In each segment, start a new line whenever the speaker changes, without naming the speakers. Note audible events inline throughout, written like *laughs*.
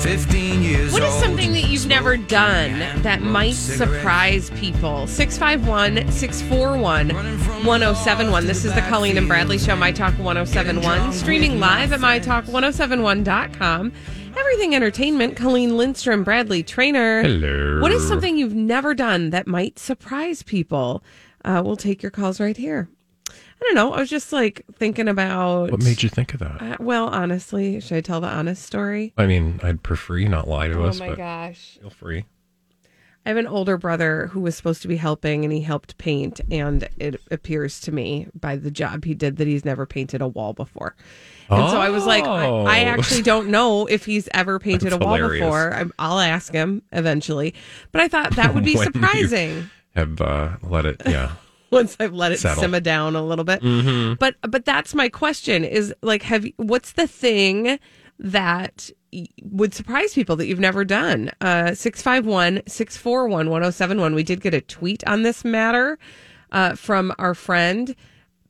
15 years
What is
old.
something that you've never done that might surprise people? 651 641 1071. This is the Colleen and Bradley Show, My Talk 1071, streaming live at MyTalk1071.com. Everything Entertainment, Colleen Lindstrom, Bradley Trainer.
Hello.
What is something you've never done that might surprise people? Uh, we'll take your calls right here. I don't know. I was just like thinking about.
What made you think of that?
Uh, well, honestly, should I tell the honest story?
I mean, I'd prefer you not lie to
Oh
us,
my
but
gosh.
feel free.
I have an older brother who was supposed to be helping and he helped paint. And it appears to me by the job he did that he's never painted a wall before. And so I was like, I, I
Oh.
actually don't know if he's ever painted a
That's
wall
hilarious.
before. I'm, I'll ask him eventually. But I thought that would be
*laughs* When you-
surprising
Have uh, let it, yeah.
once I've let it
Settle. Mm-hmm.
simmer down a little bit. But but that's my question is like have you- what's the thing that y- would surprise people that you've never done? Uh 651-641-1071. We did get a tweet on this matter uh from our friend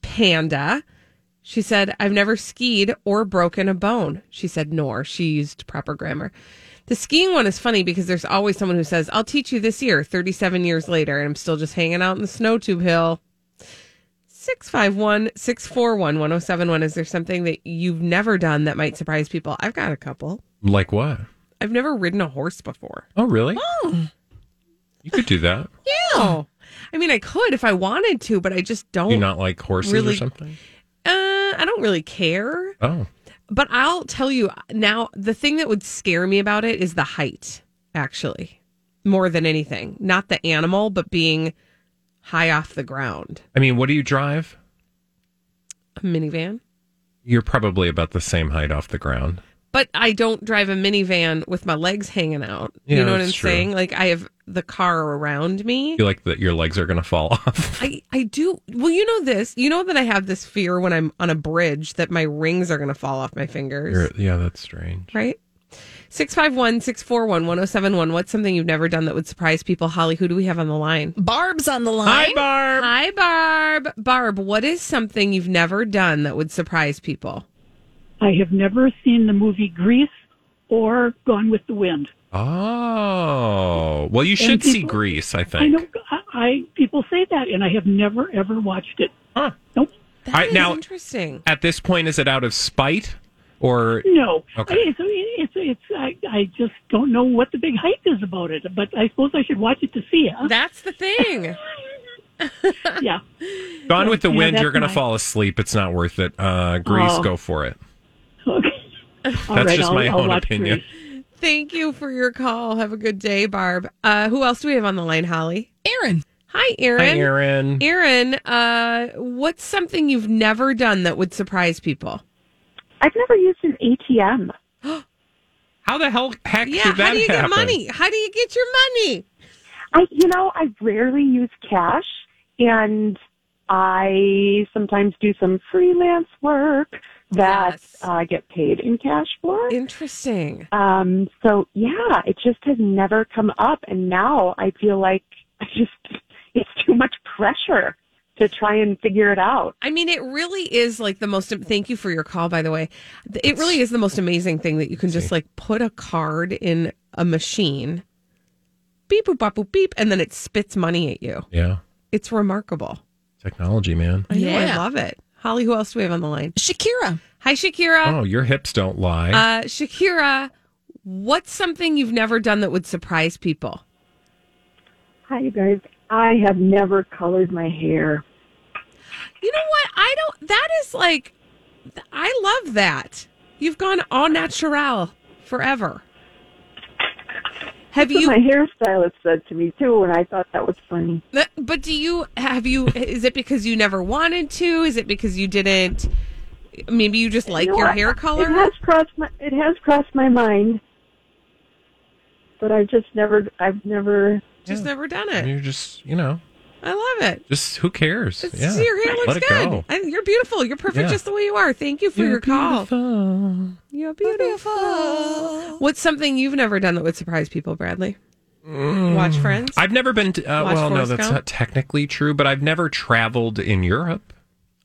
Panda. She said, I've never skied or broken a bone. She said, nor. She used proper grammar. The skiing one is funny because there's always someone who says, I'll teach you this year, 37 years later, and I'm still just hanging out in the snow tube hill. 651 641 1071. Is there something that you've never done that might surprise people? I've got a couple.
Like what?
I've never ridden a horse before.
Oh, really? You could do that.
Oh. I mean, I could if I wanted to, but I just don't.
Do you not like horses or
Really?
something?
uh, I don't really care.
Oh,
But I'll tell you now, the thing that would scare me about it is the height, actually, more than anything. Not the animal, but being high off the ground.
I mean, what do you drive?
A minivan.
You're probably about the same height off the ground.
But I don't drive a minivan with my legs hanging out.
Yeah,
you know what
that's
I'm
true.
saying? Like, I have the car around me.
You like that your legs are going to fall *laughs* off.
I, I do. Well, you know this. You know that I have this fear when I'm on a bridge that my rings are going to fall off my fingers.
You're- yeah, that's strange.
right? 651 641 1071. What's something you've never done that would surprise people? Holly, who do we have on the line?
Barb's on the line.
Barb.
Hi, Barb. Barb, what is something you've never done that would surprise people?
I have never seen the movie Grease or Gone with the Wind.
Oh, well, you should see
people-
Grease, I think.
I know I, I people say that, and I have never ever watched it.
Huh.
Nope.
That
All right,
is
now-
interesting.
At this point, is it out of spite or
No.
Okay.
I, it's it's, it's I, I just don't know what the big hype is about it. But I suppose I should watch it to see it.
*laughs*
huh?
That's the thing.
yeah.
Gone with the
You know,
wind,
that's
you're going to
my-
fall asleep. It's not worth it. Uh, Grease,
Oh.
go for it.
Okay. That's
That's just my own opinion.
Thank you for your call. Have a good day, Barb. Uh, who else do we have on the line, Holly?
Aaron.
Hi, Erin.
Hi, Aaron.
Erin, uh, what's something you've never done that would surprise people?
I've never used an ATM.
How the hell heck
Yeah,
did that
how do you
happen?
get money? How do you get your money?
I, you know, I rarely use cash, and I sometimes do some freelance work that
Yes.
uh, I get paid in cash for.
Interesting.
Um, so yeah, it just has never come up, and now I feel like *laughs* I just it's too much pressure to try and figure it out.
I mean, it really is like the most. Thank you for your call, by the way. Th- It really is the most amazing thing that you can just like put a card in a machine, beep boop bop boop beep, and then it spits money at you.
Yeah,
It's remarkable.
technology, man.
I know, I
Yeah.
love it. Holly, who else do we have on the line?
Shakira.
Hi, Shakira.
Oh, your hips don't lie.
Uh, Shakira, what's something you've never done that would surprise people?
Hi, you guys. I have never colored my hair.
You know what? I don't. That is like, th- I love that. You've gone all natural forever. Have
That's
you?
what my hairstylist said to me too, and I thought that was funny.
Th- But do you have you? Is it because you never wanted to? Is it because you didn't? Maybe you just like
No,
your
I-
hair color.
It has crossed my it has crossed my mind, but I've just never I've never
just never done
And
it.
You're just, you know,
I love it.
just who cares?
It's,
yeah.
Your hair looks
Let it
good.
Go.
I, you're beautiful. You're perfect
Yeah.
just the way you are. Thank you for your call. You're beautiful. What's something you've never done that would surprise people, Bradley?
Mm.
Watch Friends.
I've never been. To, uh,
Watch
well, no,
Forrest
that's
Gump?
not technically true, but I've never traveled in Europe.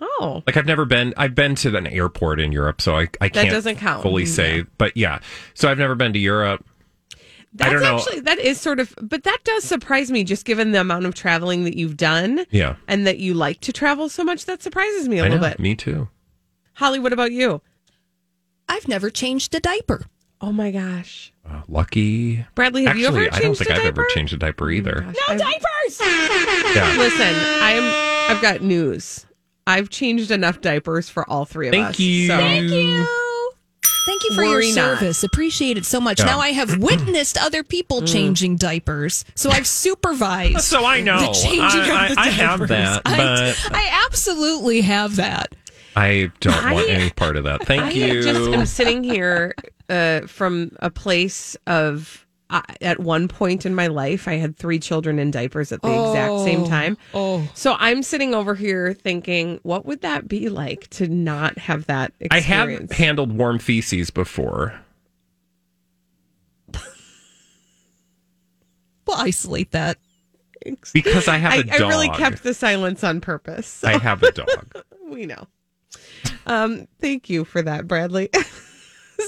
oh,
Like I've never been. I've been to an airport in Europe, so I I can't
doesn't count. Mm,
fully say. But yeah, so I've never been to Europe.
that's
don't know.
actually that is sort of, but that does surprise me, just given the amount of traveling that you've done
Yeah,
and that you like to travel so much. That surprises me a
I know.
little bit.
Me too.
Holly, what about you?
I've never changed a diaper.
Oh my gosh,
Uh, lucky.
Bradley, have
Actually,
you ever
I don't
changed
think
a
I've
diaper? Oh
ever changed a diaper either.
No
Diapers!
yeah.
Listen, I'm. I've got news. I've changed enough diapers for all three of us.
Thank you.
so-
Thank you for
Worry
your
not.
service. Appreciate it so much. Now I have witnessed other people
Mm.
changing diapers, so I've supervised.
So I know.
The changing
I-
of
I-
the
I have
diapers.
that, but-
I, I absolutely have that.
I don't want
I-
any part of that. Thank
I
you.
just am sitting here uh, from a place of. I at one point in my life, I had three children in diapers at the exact same time.
Oh,
So I'm sitting over here thinking, what would that be like to not have that
I
experience?
have handled warm feces before.
we'll isolate that.
Because I have a
I,
dog.
I really kept the silence on purpose. So
I have
*laughs*
a dog.
we know. Um, thank you for that, Bradley. *laughs*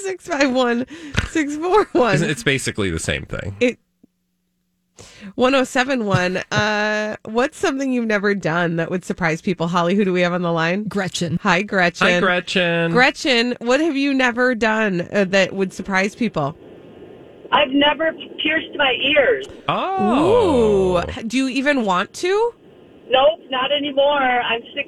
Six five one six four
Isn't-
one
It's basically the same thing.
one zero seven one. Uh, what's something you've never done that would surprise people? Holly, who do we have on the line?
Gretchen.
Hi, Gretchen.
Hi, Gretchen.
Gretchen, what have you never done uh, that would surprise people?
I've never pierced my ears.
oh.
Ooh, do you even want to?
Nope, not anymore. I'm 62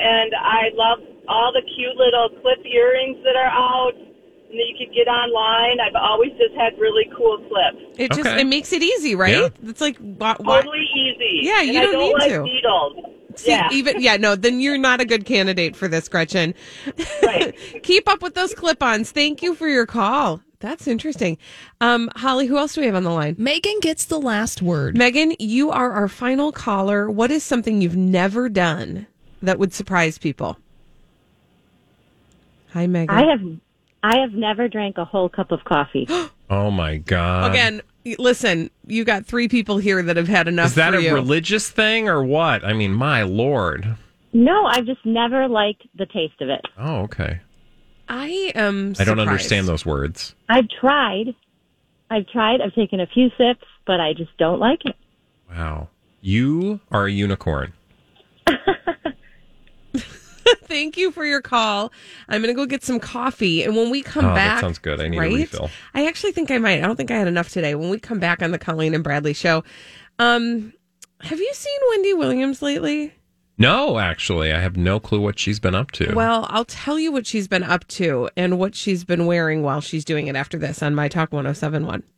and I love all the cute little clip earrings that are out and that you can get online. I've always just had really cool clips.
It just
Okay. Oh,
it makes it easy, right? It's like why, why-
Totally easy.
Yeah, you
and
don't
I don't
need
like
to.
needles.
See,
yeah,
even yeah, no, then you're not a good candidate for this, Gretchen.
right.
*laughs* Keep up with those clip-ons. Thank you for your call. That's interesting. Um, Holly, who else do we have on the line?
Megan gets the last word.
Megan, you are our final caller. What is something you've never done that would surprise people? Hi, Megan.
I have I have never drank a whole cup of coffee.
Oh my god.
Again, y- listen, you got three people here that have had enough.
Is that
for
a
you.
religious thing or what? I mean, my lord.
no, I've just never liked the taste of it.
Oh, okay.
I am.
I don't
surprised.
understand those words.
I've tried. I've tried. I've taken a few sips, but I just don't like it.
Wow. You are a unicorn.
Thank you for your call. I'm going to go get some coffee. And when we come
Oh, that
back,
sounds good. I need a
right?
refill.
I actually think I might. I don't think I had enough today. When we come back on the Colleen and Bradley show, um, have you seen Wendy Williams lately?
No, actually, I have no clue what she's been up to.
Well, I'll tell you what she's been up to and what she's been wearing while she's doing it after this on My Talk 1071.